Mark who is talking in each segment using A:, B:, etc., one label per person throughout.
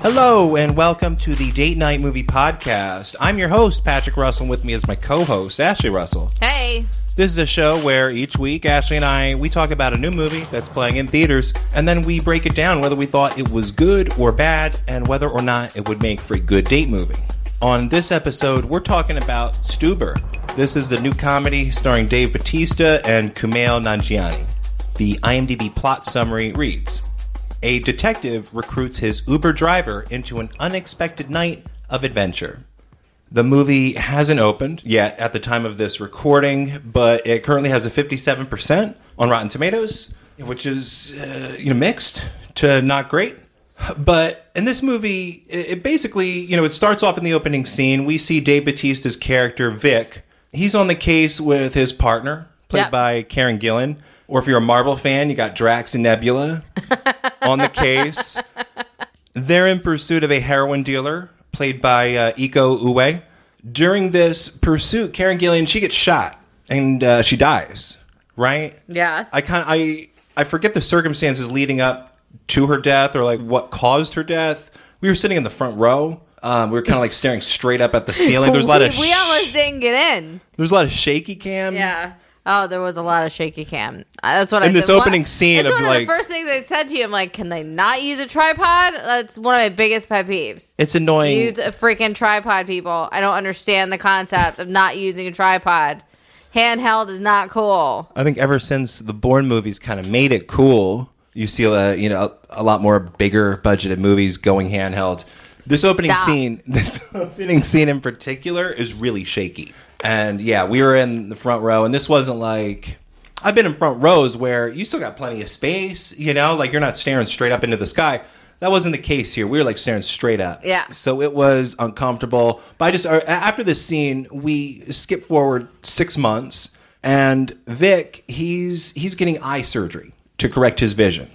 A: Hello and welcome to the Date Night Movie Podcast. I'm your host, Patrick Russell, and with me is my co-host, Ashley Russell.
B: Hey.
A: This is a show where each week Ashley and I we talk about a new movie that's playing in theaters, and then we break it down whether we thought it was good or bad, and whether or not it would make for a good date movie. On this episode, we're talking about Stuber. This is the new comedy starring Dave Batista and Kumail Nanjiani. The IMDb plot summary reads: A detective recruits his Uber driver into an unexpected night of adventure. The movie hasn't opened yet at the time of this recording, but it currently has a 57% on Rotten Tomatoes, which is uh, you know mixed to not great. But in this movie, it, it basically you know it starts off in the opening scene. We see Dave Batista's character Vic. He's on the case with his partner, played
B: Yep.
A: by Karen Gillan. Or if you're a Marvel fan, you got Drax and Nebula on the case. They're in pursuit of a heroin dealer played by uh, Iko Uwe. During this pursuit, Karen Gillian she gets shot and uh, she dies. Right?
B: Yes.
A: I kind I I forget the circumstances leading up to her death or like what caused her death. We were sitting in the front row. Um, we were kind of like staring straight up at the ceiling. There's a lot
B: we,
A: of
B: we
A: sh-
B: almost didn't get in.
A: there's a lot of shaky cam.
B: Yeah. Oh, there was a lot of shaky cam. Uh, That's what I.
A: In this
B: said. What-
A: opening scene
B: it's
A: of,
B: one
A: like-
B: of the first things I said to you. I'm like, can they not use a tripod? That's one of my biggest pet peeves.
A: It's annoying.
B: Use a freaking tripod, people. I don't understand the concept of not using a tripod. Handheld is not cool.
A: I think ever since the Bourne movies kind of made it cool, you see a you know a lot more bigger budgeted movies going handheld. This opening
B: Stop.
A: scene, this opening scene in particular, is really shaky. And yeah, we were in the front row, and this wasn't like I've been in front rows where you still got plenty of space. You know, like you're not staring straight up into the sky. That wasn't the case here. We were like staring straight up.
B: Yeah.
A: So it was uncomfortable. But I just uh, after this scene, we skip forward six months, and Vic he's he's getting eye surgery to correct his vision.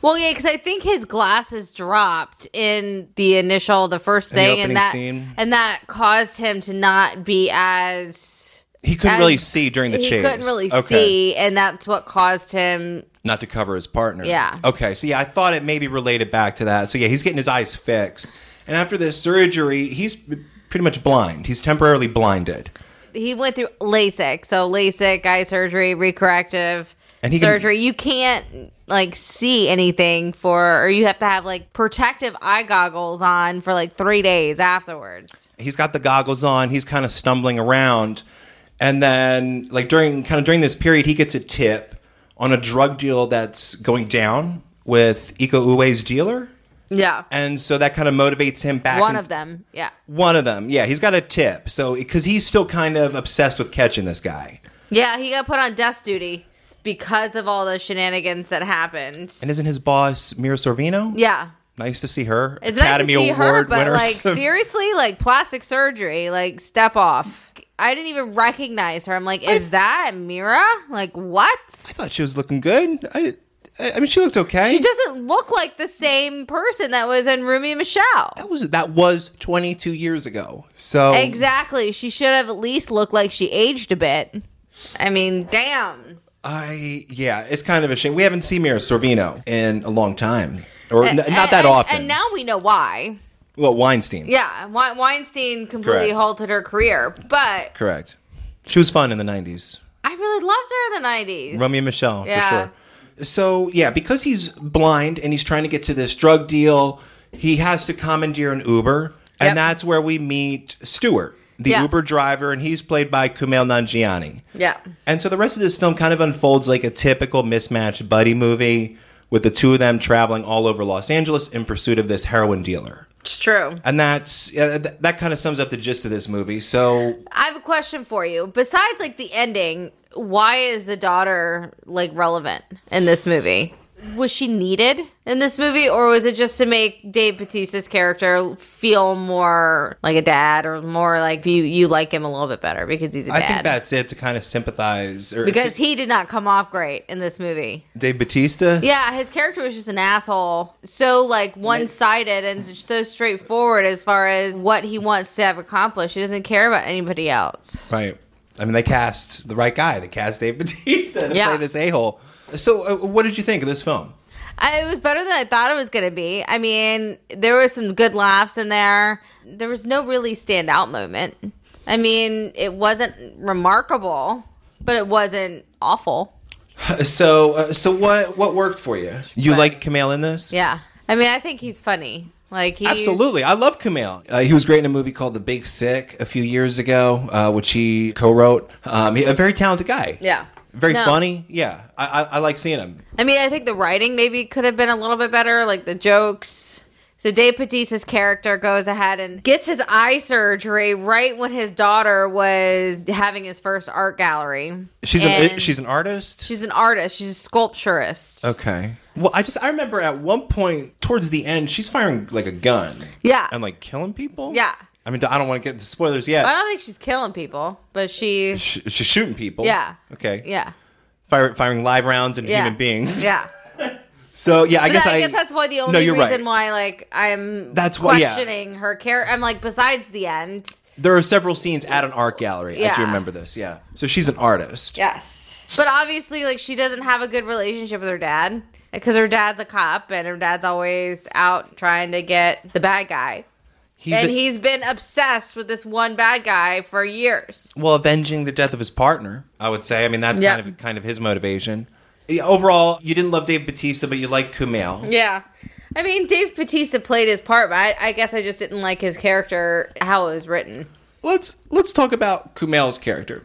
B: Well, yeah, because I think his glasses dropped in the initial, the first
A: the
B: thing,
A: opening
B: and that,
A: scene.
B: and that caused him to not be as
A: He couldn't
B: As-
A: really see during the
B: he
A: chase.
B: couldn't really
A: Okay.
B: see, and that's what caused him.
A: not to cover his partner.
B: Yeah.
A: Okay. So yeah, I thought it maybe related back to that. So yeah, he's getting his eyes fixed, and after this surgery, he's pretty much blind. He's temporarily blinded.
B: He went through LASIK, so LASIK eye surgery, recorrective
A: And he can-
B: surgery. you can't like see anything for, or you have to have like protective eye goggles on for like three days afterwards.
A: he's got the goggles on he's kind of stumbling around and then like during kind of during this period he gets a tip on a drug deal that's going down with Iko Uwe's dealer
B: Yeah,
A: and so that kind of motivates him back
B: one
A: in-
B: of them. Yeah,
A: one of them yeah he's got a tip so because he's still kind of obsessed with catching this guy
B: yeah, he got put on desk duty because of all the shenanigans that happened.
A: and isn't his boss Mira Sorvino
B: yeah,
A: nice to see her
B: It's nice to see her, but like seriously, like plastic surgery, like step off. I didn't even recognize her. I'm like, is that Mira? Like what?
A: I thought she was looking good I I I mean she looked okay
B: She doesn't look like the same person that was in Rumi Michelle.
A: that was that was 22 years ago so
B: Exactly. She should have at least looked like she aged a bit. I mean, damn.
A: I yeah, it's kind of a shame. We haven't seen Mira Sorvino in a long time, or n-
B: And-
A: not that
B: and-
A: often.
B: And now we know why.
A: well, Weinstein,
B: Yeah, Wei- Weinstein completely
A: Correct.
B: halted her career, but
A: correct. She was fun in the '90s.
B: I really loved her in the 90s.
A: Romeo and Michelle,
B: Yeah.
A: for sure. So yeah, because he's blind and he's trying to get to this drug deal, he has to commandeer an Uber, and
B: Yep.
A: that's where we meet Stewart, the
B: Yeah.
A: Uber driver, and he's played by Kumail Nanjiani.
B: yeah.
A: And so the rest of this film kind of unfolds like a typical mismatched buddy movie with the two of them traveling all over Los Angeles in pursuit of this heroin dealer.
B: It's true.
A: And that's uh, th- that kind of sums up the gist of this movie. So
B: I have a question for you. Besides like the ending, why is the daughter like relevant in this movie? Was she needed in this movie or was it just to make Dave Batista's character feel more like a dad or more like you you like him a little bit better because he's a
A: I
B: dad?
A: think that's it to kind of sympathize or
B: because
A: to-
B: he did not come off great in this movie.
A: Dave Batista.
B: Yeah, his character was just an asshole. So like one-sided and so straightforward as far as what he wants to have accomplished. He doesn't care about anybody else.
A: Right. I mean, they cast the right guy. They cast Dave Batista to
B: Yeah.
A: play this a hole. So, uh, what did you think of this film?
B: I, it was better than I thought it was going to be. I mean, there were some good laughs in there. There was no really standout moment. I mean, it wasn't remarkable, but it wasn't awful.
A: So, uh, so what what worked for you? You like Camille in this?
B: Yeah. I mean, I think he's funny. Like he's
A: Absolutely, I love Camille. Uh, he was great in a movie called The Big Sick a few years ago, uh, which he co-wrote. Um, he, a very talented guy.
B: Yeah.
A: Very
B: No.
A: funny. Yeah, I, I, I like seeing him.
B: I mean, I think the writing maybe could have been a little bit better, like the jokes. So Dave Bautista's character goes ahead and gets his eye surgery right when his daughter was having his first art gallery.
A: She's an,
B: And
A: she's an artist.
B: she's an artist. She's a sculpturist.
A: okay. Well, I just I remember at one point towards the end, she's firing like a gun
B: Yeah.
A: and like killing people.
B: Yeah.
A: I mean, I don't want to get into spoilers yet.
B: I don't think she's killing people, but she
A: Sh- she's shooting people.
B: Yeah.
A: Okay.
B: yeah.
A: Fire, firing live rounds into
B: Yeah.
A: human beings.
B: Yeah.
A: So yeah, I
B: But
A: guess I,
B: I, guess that's why the only
A: No, you're
B: reason
A: right.
B: why like I'm
A: That's why- yeah.
B: questioning her character. I'm like besides the end.
A: There are several scenes at an art gallery. I do
B: Yeah.
A: remember this. Yeah. So she's an artist.
B: Yes. But obviously, like, she doesn't have a good relationship with her dad because her dad's a cop and her dad's always out trying to get the bad guy.
A: He's
B: and
A: a-
B: he's been obsessed with this one bad guy for years.
A: well avenging the death of his partner. I would say. I mean, that's
B: Yeah.
A: kind of kind of his motivation. Yeah, overall, you didn't love Dave Batista, but you liked Kumail.
B: Yeah. I mean, Dave Batista played his part, but I, I guess I just didn't like his character, how it was written.
A: Let's let's talk about Kumail's character.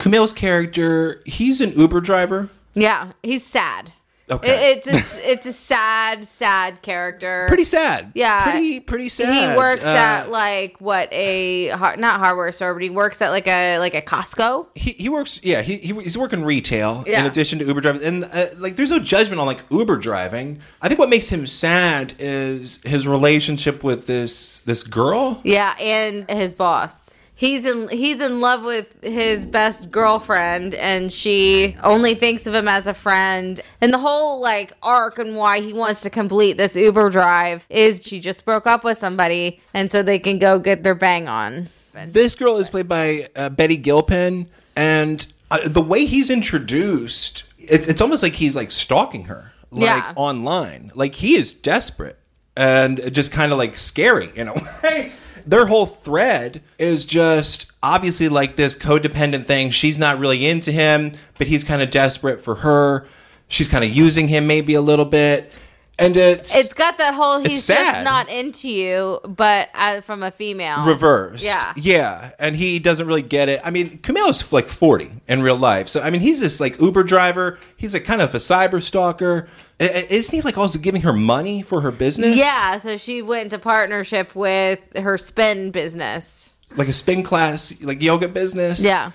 A: Kumail's character. He's an Uber driver.
B: Yeah. He's sad.
A: Okay.
B: It, it's, a, it's a sad, sad character.
A: Pretty sad.
B: Yeah.
A: Pretty pretty sad.
B: He works
A: Uh,
B: at like what a har- not hardware store, but he works at like a like a Costco.
A: he, he works yeah he, he he's working retail in
B: Yeah.
A: addition to uber driving and uh, like there's no judgment on like uber driving i think what makes him sad is his relationship with this this girl
B: Yeah, and his boss. He's in he's in love with his best girlfriend and she only thinks of him as a friend. And the whole like arc and why he wants to complete this Uber drive is she just broke up with somebody and so they can go get their bang on.
A: this girl is played by uh, betty gilpin and uh, the way he's introduced it's, it's almost like he's like stalking her like
B: Yeah.
A: online like he is desperate and just kind of like scary in a way their whole thread is just obviously like this codependent thing she's not really into him but he's kind of desperate for her she's kind of using him maybe a little bit and it's,
B: It's got that whole he's
A: sad.
B: just not into you, but uh, from a female.
A: reversed.
B: Yeah.
A: Yeah. And he doesn't really get it. I mean, Kumail's like 40 in real life. So, I mean, he's this like Uber driver. He's like kind of a cyber stalker. I- I- Isn't he like also giving her money for her business?
B: Yeah, so she went into partnership with her spin business.
A: Like a spin class, like yoga business.
B: Yeah.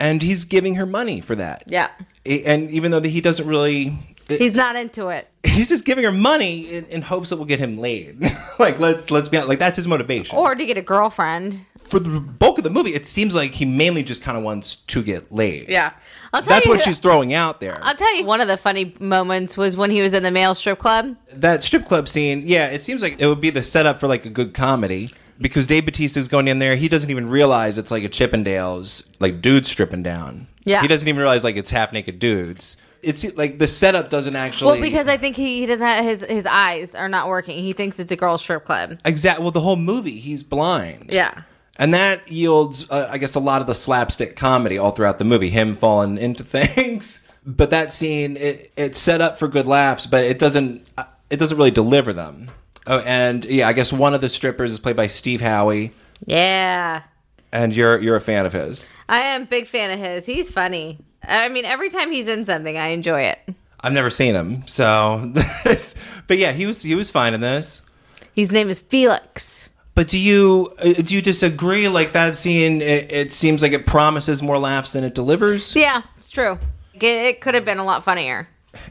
A: And he's giving her money for that.
B: Yeah.
A: I- And even though that he doesn't really. eh,
B: He's not into it.
A: He's just giving her money in, in hopes that we'll get him laid. like let's let's be honest, like that's his motivation.
B: Or to get a girlfriend.
A: For the bulk of the movie, it seems like he mainly just kind of wants to get laid.
B: Yeah. I'll tell
A: that's
B: you
A: what
B: who-
A: she's throwing out there.
B: I'll tell you one of the funny moments was when he was in the male strip club.
A: that strip club scene, yeah, it seems like it would be the setup for like a good comedy because Dave Batista's going in there. He doesn't even realize it's like a Chippendales, like dudes stripping down.
B: Yeah.
A: he doesn't even realize like it's half naked dudes. It's like the setup doesn't actually.
B: Well, because I think he, he doesn't have his his eyes are not working. He thinks it's a girl strip club.
A: exact well, the whole movie he's blind.
B: Yeah.
A: And that yields, uh, I guess, a lot of the slapstick comedy all throughout the movie, him falling into things. But that scene, it, it's set up for good laughs, but it doesn't, uh, it doesn't really deliver them. Oh, and yeah, I guess one of the strippers is played by Steve Howie,
B: Yeah.
A: and you're you're a fan of his.
B: I am a big fan of his. He's funny. I mean, every time he's in something, I enjoy it.
A: I've never seen him, so. but yeah, he was he was fine in this.
B: His name is Felix.
A: But do you uh, do you disagree? Like that scene, it, it seems like it promises more laughs than it delivers.
B: Yeah, it's true. It, it could have been a lot funnier.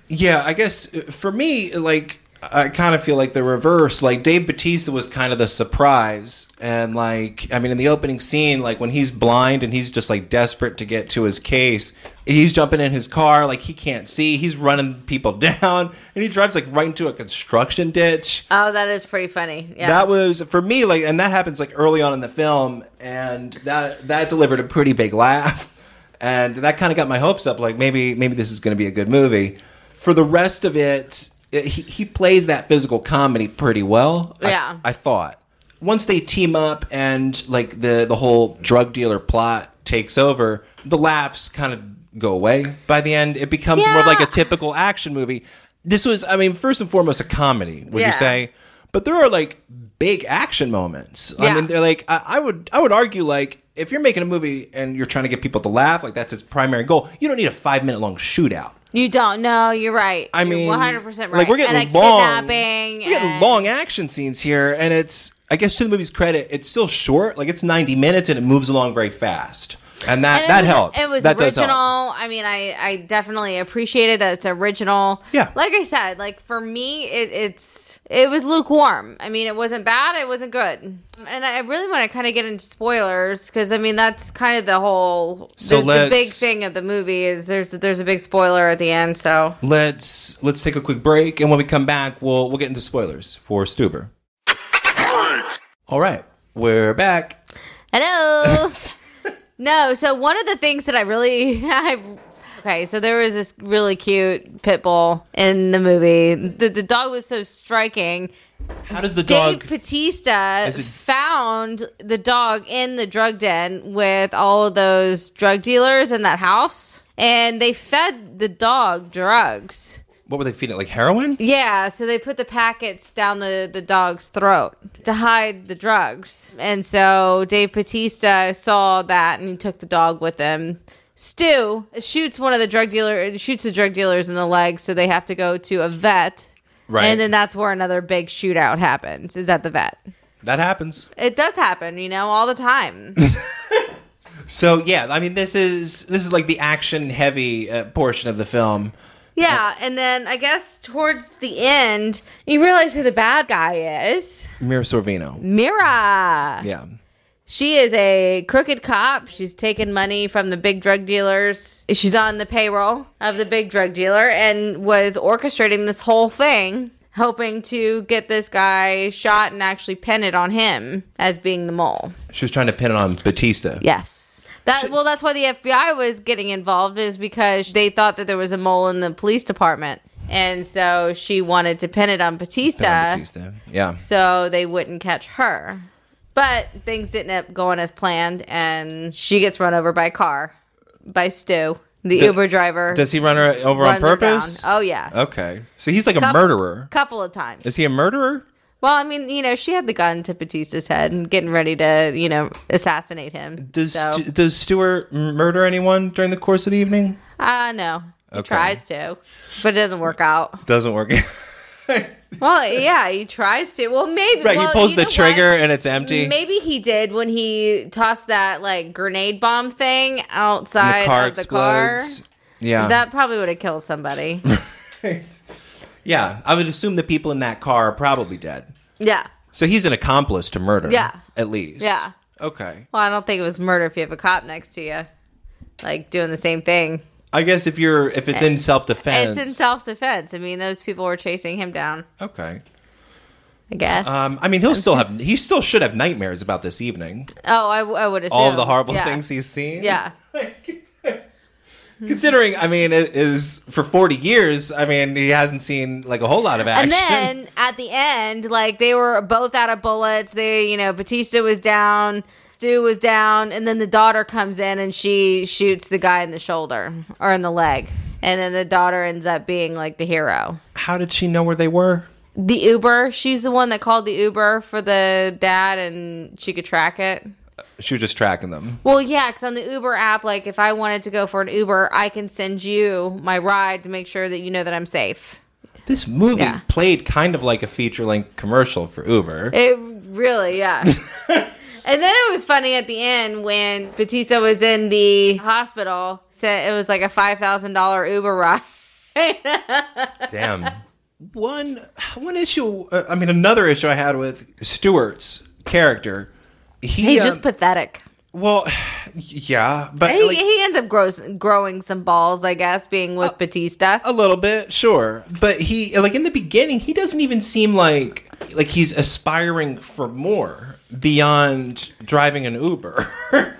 A: Yeah, I guess uh, for me, like I kind of feel like the reverse. Like Dave Batista was kind of the surprise, and like I mean, in the opening scene, like when he's blind and he's just like desperate to get to his case, he's jumping in his car, like he can't see, he's running people down, and he drives like right into a construction ditch.
B: Oh, that is pretty funny. Yeah.
A: That was for me, like, and that happens like early on in the film, and that that delivered a pretty big laugh, and that kind of got my hopes up. Like, maybe maybe this is going to be a good movie. For the rest of it, he, he plays that physical comedy pretty well. I-
B: Yeah.
A: I, thought once they team up and like the the whole drug dealer plot takes over, the laughs kind of go away. By the end, it becomes more like
B: Yeah.
A: a typical action movie. This was, I mean, first and foremost, a comedy. Would
B: Yeah.
A: you say? But there are like big action moments. I
B: Yeah.
A: mean, they're like I, I would I would argue like if you're making a movie and you're trying to get people to laugh, like that's its primary goal. You don't need a five minute long shootout.
B: You don't know. You're right.
A: I
B: You're
A: mean,
B: 100 percent right.
A: Like we're getting
B: and a
A: long,
B: kidnapping.
A: we're getting
B: and-
A: long action scenes here, and it's I guess to the movie's credit, it's still short. Like it's ninety minutes, and it moves along very fast, and that
B: and it
A: that
B: was-
A: helps.
B: It was
A: that does
B: original.
A: help.
B: I mean, I I definitely appreciated that it's original.
A: Yeah.
B: Like I said, like for me, it, it's it was lukewarm. I mean, it wasn't bad. It wasn't good. And I really want to kind of get into spoilers because I mean that's kind of the whole
A: So
B: the, the big
A: let's-
B: thing of the movie is there's there's a big spoiler at the end. So
A: Let's let's take a quick break, and when we come back, we'll we'll get into spoilers for Stuber. All right, we're back.
B: Hello. no, so one of the things that I really I Okay, so there was this really cute pit bull in the movie. The the dog was so striking.
A: How does the dog?
B: Dave Batista
A: Is it-
B: found the dog in the drug den with all of those drug dealers in that house and they fed the dog drugs.
A: what were they feeding? it, Like heroin?
B: Yeah, so they put the packets down the, the dog's throat to hide the drugs. And so Dave Patista saw that and he took the dog with him. Stu shoots one of the drug dealer shoots the drug dealers in the leg, so they have to go to a vet.
A: Right.
B: And then that's where another big shootout happens, is at the vet.
A: That happens.
B: It does happen, you know, all the time.
A: So yeah, I mean, this is this is like the action heavy uh, portion of the film.
B: yeah, and then I guess towards the end, you realize who the bad guy is.
A: Mira Sorvino.
B: Mira.
A: Yeah.
B: She is a crooked cop. She's taking money from the big drug dealers. She's on the payroll of the big drug dealer and was orchestrating this whole thing, hoping to get this guy shot and actually pin it on him as being the mole.
A: She was trying to pin it on Batista.
B: Yes. That well, that's why the FBI was getting involved is because they thought that there was a mole in the police department, and so she wanted to pin it on Batista
A: Pin it on Batista. Yeah.
B: so they wouldn't catch her. But things didn't end up going as planned, and she gets run over by a car by Stu, the
A: Do-
B: Uber driver.
A: Does he run her over on
B: runs her down.
A: purpose?
B: Oh yeah, a
A: Okay. So he's like a murderer.
B: couple of times.
A: Is he a murderer?
B: well, I mean, you know, she had the gun to Batista's head and getting ready to, you know, assassinate him.
A: Does
B: so,
A: Stu- does Stewart m- murder anyone during the course of the evening?
B: uh, no, he
A: Okay.
B: tries to, but it doesn't work out.
A: Doesn't work. right,
B: Well, yeah, he tries to. Well, maybe well,
A: he pulls
B: you
A: the
B: know what?
A: trigger and it's empty.
B: Maybe he did when he tossed that like grenade bomb thing outside of the car.
A: Yeah.
B: That probably would have killed somebody.
A: yeah, I would assume the people in that car are probably dead.
B: yeah.
A: So he's an accomplice to murder.
B: Yeah.
A: At least.
B: Yeah.
A: Okay.
B: Well, I don't think it was murder if you have a cop next to you, like doing the same thing.
A: I guess if you're if it's in self defense.
B: It's in self defense. I mean, those people were chasing him down,
A: Okay.
B: I guess.
A: Um, I mean, he'll still have he still should have nightmares about this evening.
B: oh, I, w- I would assume.
A: All of the horrible
B: Yeah.
A: things he's seen.
B: Yeah.
A: Considering, I mean, it is for forty years. I mean, he hasn't seen like a whole lot of action.
B: And then at the end, like they were both out of bullets. They, you know, Batista was down, Stu was down, and then the daughter comes in and she shoots the guy in the shoulder or in the leg. And then the daughter ends up being like the hero.
A: how did she know where they were?
B: The Uber, she's the one that called the Uber for the dad and she could track it.
A: She was just tracking them.
B: Well, yeah, because on the Uber app, like if I wanted to go for an Uber, I can send you my ride to make sure that you know that I'm safe.
A: This movie
B: Yeah.
A: played kind of like a feature length commercial for Uber.
B: It really, yeah. and then it was funny at the end when Batista was in the hospital. Said it was like a five thousand dollar Uber ride.
A: Damn. One one issue. Uh, I mean, another issue I had with Stewart's character. He,
B: He's
A: uh,
B: just pathetic.
A: well, yeah, but
B: He,
A: like-
B: he ends up grows, growing some balls, I guess, being with Batista.
A: a little bit sure but he like in the beginning he doesn't even seem like like he's aspiring for more beyond driving an uber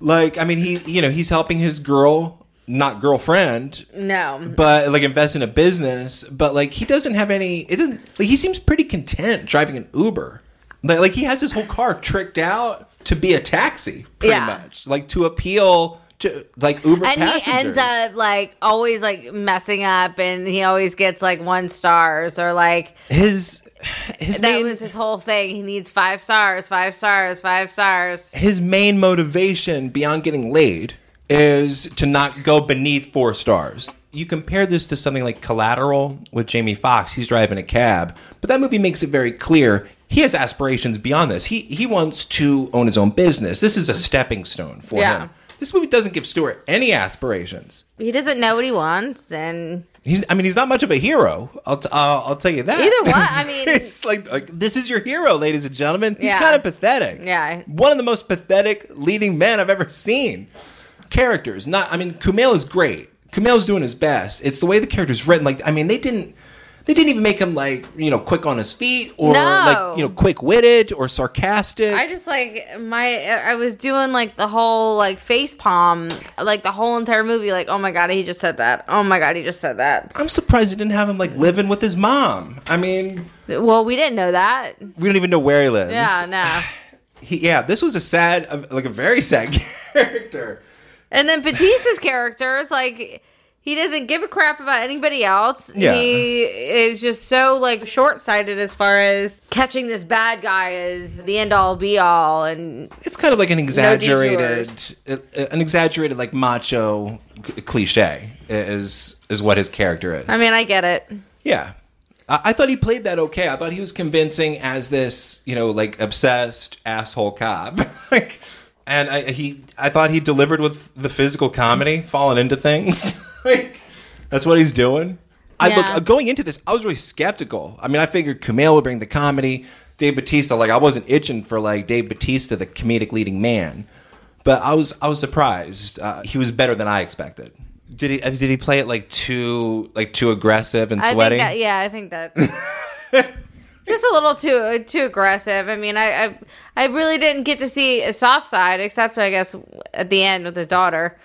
A: like i mean he you know he's helping his girl not girlfriend,
B: No.
A: but like invest in a business. But like he doesn't have any. It doesn't. Like he seems pretty content driving an Uber. Like, like he has his whole car tricked out to be a taxi, pretty
B: Yeah.
A: much. Like to appeal to like Uber
B: And he
A: passengers.
B: ends up like always like messing up and he always gets like one stars or like
A: his his
B: that
A: main,
B: was his whole thing. He needs five stars, five stars, five stars.
A: his main motivation beyond getting laid is to not go beneath four stars. You compare this to something like Collateral with Jamie Foxx. He's driving a cab, but that movie makes it very clear he has aspirations beyond this. He he wants to own his own business. This is a stepping stone for
B: Yeah.
A: him. This movie doesn't give Stewart any aspirations.
B: He doesn't know what he wants and
A: He's I mean he's not much of a hero. I'll t- I'll, I'll tell you that.
B: Either what, I mean-
A: it's like, like this is your hero, ladies and gentlemen. He's
B: Yeah.
A: kind of pathetic.
B: Yeah.
A: one of the most pathetic leading men I've ever seen. Characters, not I mean Kumail is great. Kumail's doing his best. It's the way the character's written. Like I mean they didn't. They didn't even make him like you know quick on his feet or
B: No.
A: like you know quick witted or sarcastic.
B: I just like my I was doing like the whole like face palm like the whole entire movie like oh my god he just said that oh my god he just said that
A: I'm surprised they didn't have him like living with his mom. I mean
B: well we didn't know that
A: we don't even know where he lives.
B: yeah no
A: he, yeah, this was a sad, uh, like a very sad character.
B: and then Batista's character is like he doesn't give a crap about anybody else
A: Yeah.
B: he is just so like short sighted as far as catching this bad guy is the end all be all and
A: It's kind of like an exaggerated,
B: detours.
A: uh, uh, an exaggerated like macho c- cliche is is what his character is.
B: I mean I get it
A: yeah, I, I thought he played that okay. I thought he was convincing as this, you know, like obsessed asshole cop. like, and I he, I thought he delivered with the physical comedy, falling into things. like, that's what he's doing. I look
B: Yeah.
A: uh, going into this, I was really skeptical. I mean, I figured Kumail would bring the comedy, Dave Batista. Like, I wasn't itching for like Dave Batista, the comedic leading man, but I was I was surprised. Uh, he was better than I expected. Did he uh, did he play it like too like too aggressive and
B: I
A: sweaty?
B: Think that, yeah, I think that. just a little too too aggressive. I mean, I, I I really didn't get to see a soft side, except I guess at the end with his daughter.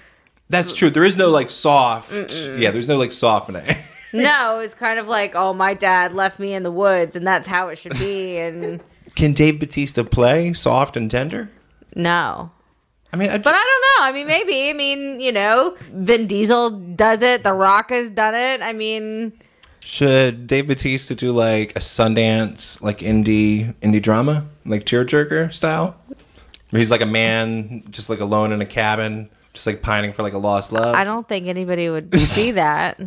A: That's true. There is no like soft. Yeah, there's no like softening.
B: No, it's kind of like, oh, my dad left me in the woods, and that's how it should be. And
A: Can Dave Batista play soft and tender?
B: no,
A: I mean, I,
B: but I don't know. I mean, maybe. I mean, you know, Vin Diesel does it. The Rock has done it. I mean,
A: should Dave Batista do like a Sundance like indie indie drama like tearjerker style, where he's like a man just like alone in a cabin, just like pining for like a lost love?
B: I
A: I,
B: don't think anybody would see that.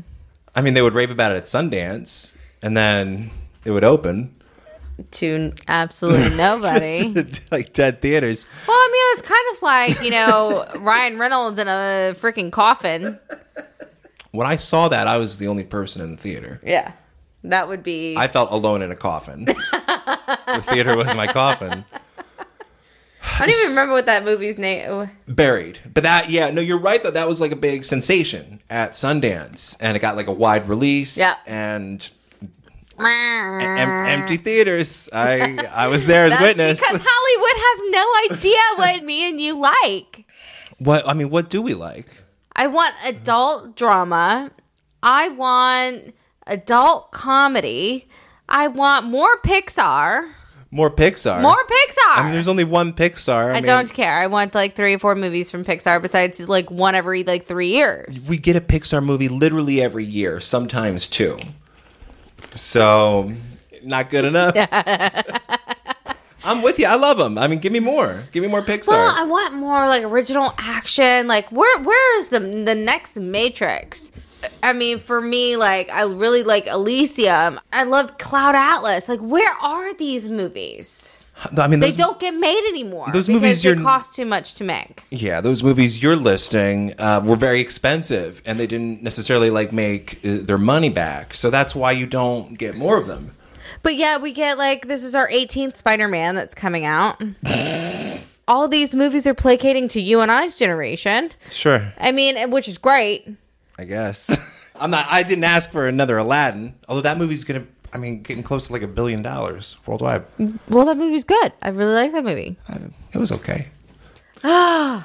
A: mean, they would rave about it at Sundance, and then it would open
B: To absolutely nobody.
A: like dead theaters.
B: Well, I mean, it's kind of like, you know, Ryan Reynolds in a freaking coffin.
A: When I saw that, I was the only person in the theater.
B: Yeah. That would be.
A: I felt alone in a coffin. the theater was my coffin.
B: I don't even remember what that movie's name
A: buried. But that, yeah, no, you're right though. That was like a big sensation at Sundance, and it got like a wide release.
B: Yeah.
A: and em-
B: Em-
A: empty theaters. I I was there as
B: Mm. That's
A: witness.
B: because Hollywood has no idea what me and you like.
A: What I mean, what do we like?
B: I want adult drama. I want adult comedy. I want more Pixar.
A: More Pixar.
B: More Pixar.
A: I mean, there's only one Pixar. I,
B: I
A: mean,
B: don't care. I want like three or four movies from Pixar besides like one every like three years.
A: We get a Pixar movie literally every year, sometimes two. So, not good enough. I'm with you. I love them. I mean, give me more. Give me more Pixar.
B: Well, I want more like original action. Like where where is the the next Matrix? I mean, for me, like I really like Elysium. I loved Cloud Atlas. Like where are these movies?
A: I mean,
B: um, They
A: those-
B: don't get made anymore.
A: those
B: because
A: movies
B: they
A: you're-
B: cost too much to make.
A: Yeah, those movies you're listing uh, were very expensive, and they didn't necessarily like make uh, their money back. So that's why you don't get more of them.
B: But yeah, we get like this is our 18th Spider-Man that's coming out. All these movies are placating to you and I's generation.
A: Sure,
B: I mean, which is great.
A: I guess. I'm not. I didn't ask for another Aladdin, although that movie's gonna. I mean, getting close to like a billion dollars worldwide.
B: Well, that movie's good. I really like that movie.
A: I- It was okay.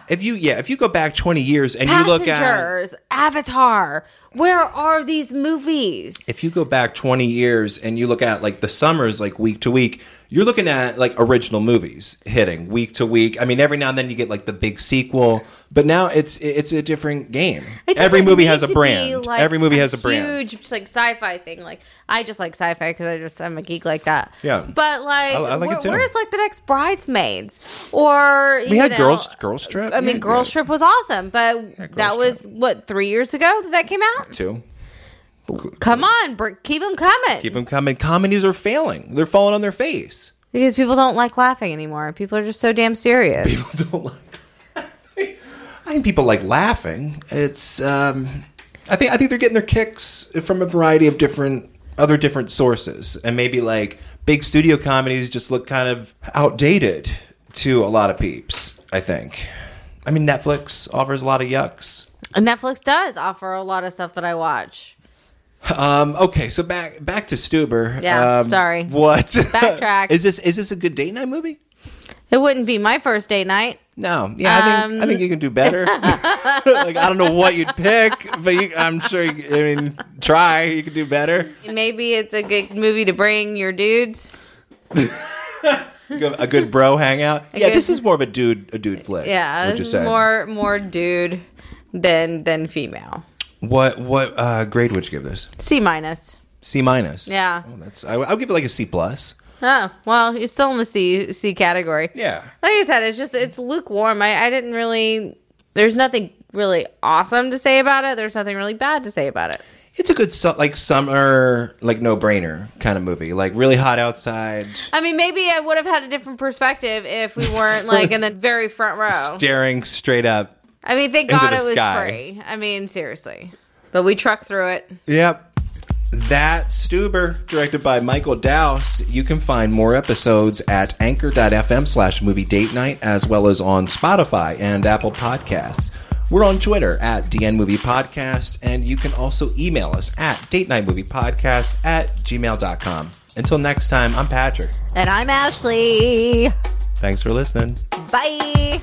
A: if you yeah, if you go back 20 years and you look at
B: Ah. Passengers, Avatar. Where are these movies?
A: if you go back 20 years and you look at like the summers like week to week you're looking at like original movies hitting week to week i mean every now and then you get like the big sequel but now it's it's a different game
B: It doesn't
A: every movie
B: need
A: has a
B: to be,
A: brand
B: like,
A: every movie has a brand
B: Huge like sci-fi thing. Like I just like sci-fi because I just I'm a geek like that.
A: Yeah.
B: But like,
A: I- I like it
B: where-
A: too.
B: where's like the next bridesmaids or
A: we
B: you
A: had
B: know,
A: girls girls trip
B: I mean, Girls Trip was awesome, but that
A: Girls
B: was what three years ago that that came out.
A: too
B: Come on, br- keep them coming
A: keep them coming comedies are failing they're falling on their face
B: because people don't like laughing anymore. People are just so damn serious.
A: people don't like I think people like laughing. It's um, I think I think they're getting their kicks from a variety of different other different sources, and maybe like big studio comedies just look kind of outdated to a lot of peeps. I think. I mean, Netflix offers a lot of yucks.
B: Netflix does offer a lot of stuff that I watch.
A: Um, okay, so back back to Stuber.
B: Yeah,
A: Um,
B: sorry.
A: What
B: Backtrack.
A: is this? Is this a good date night movie?
B: It wouldn't be my first date night.
A: No, yeah, I think I
B: Um,
A: think you can do better. like I don't know what you'd pick, but you, I'm sure. You, I mean, try. You can do better.
B: Maybe it's a good movie to bring your dudes.
A: Go- A good bro hangout. Yeah,
B: good-
A: this is more of a dude a dude flick.
B: Yeah,
A: would you
B: this
A: say?
B: is more more dude than than female.
A: What what uh, grade would you give this?
B: C minus.
A: C minus.
B: Yeah.
A: Oh, that's I, I'll give it like a C plus.
B: Oh well, you're still in the C C category.
A: Yeah.
B: Like I said, it's just it's lukewarm. I I didn't really. There's nothing really awesome to say about it. There's nothing really bad to say about it.
A: It's a good su- like summer like no brainer kind of movie. Like really hot outside,
B: I mean, maybe I would have had a different perspective if we weren't like in the very front row.
A: staring straight up.
B: I mean, thank
A: into
B: God
A: the
B: it was
A: sky.
B: free. I mean, seriously. But we trucked through it.
A: Yep. That Stuber, directed by Michael Douse. You can find more episodes at anchor.fm slash movie date night, as well as on Spotify and Apple Podcasts. We're on Twitter at DN Movie Podcast, and you can also email us at date night movie podcast at gmail.com. Until next time, I'm Patrick.
B: And I'm Ashley.
A: Thanks for listening.
B: Bye.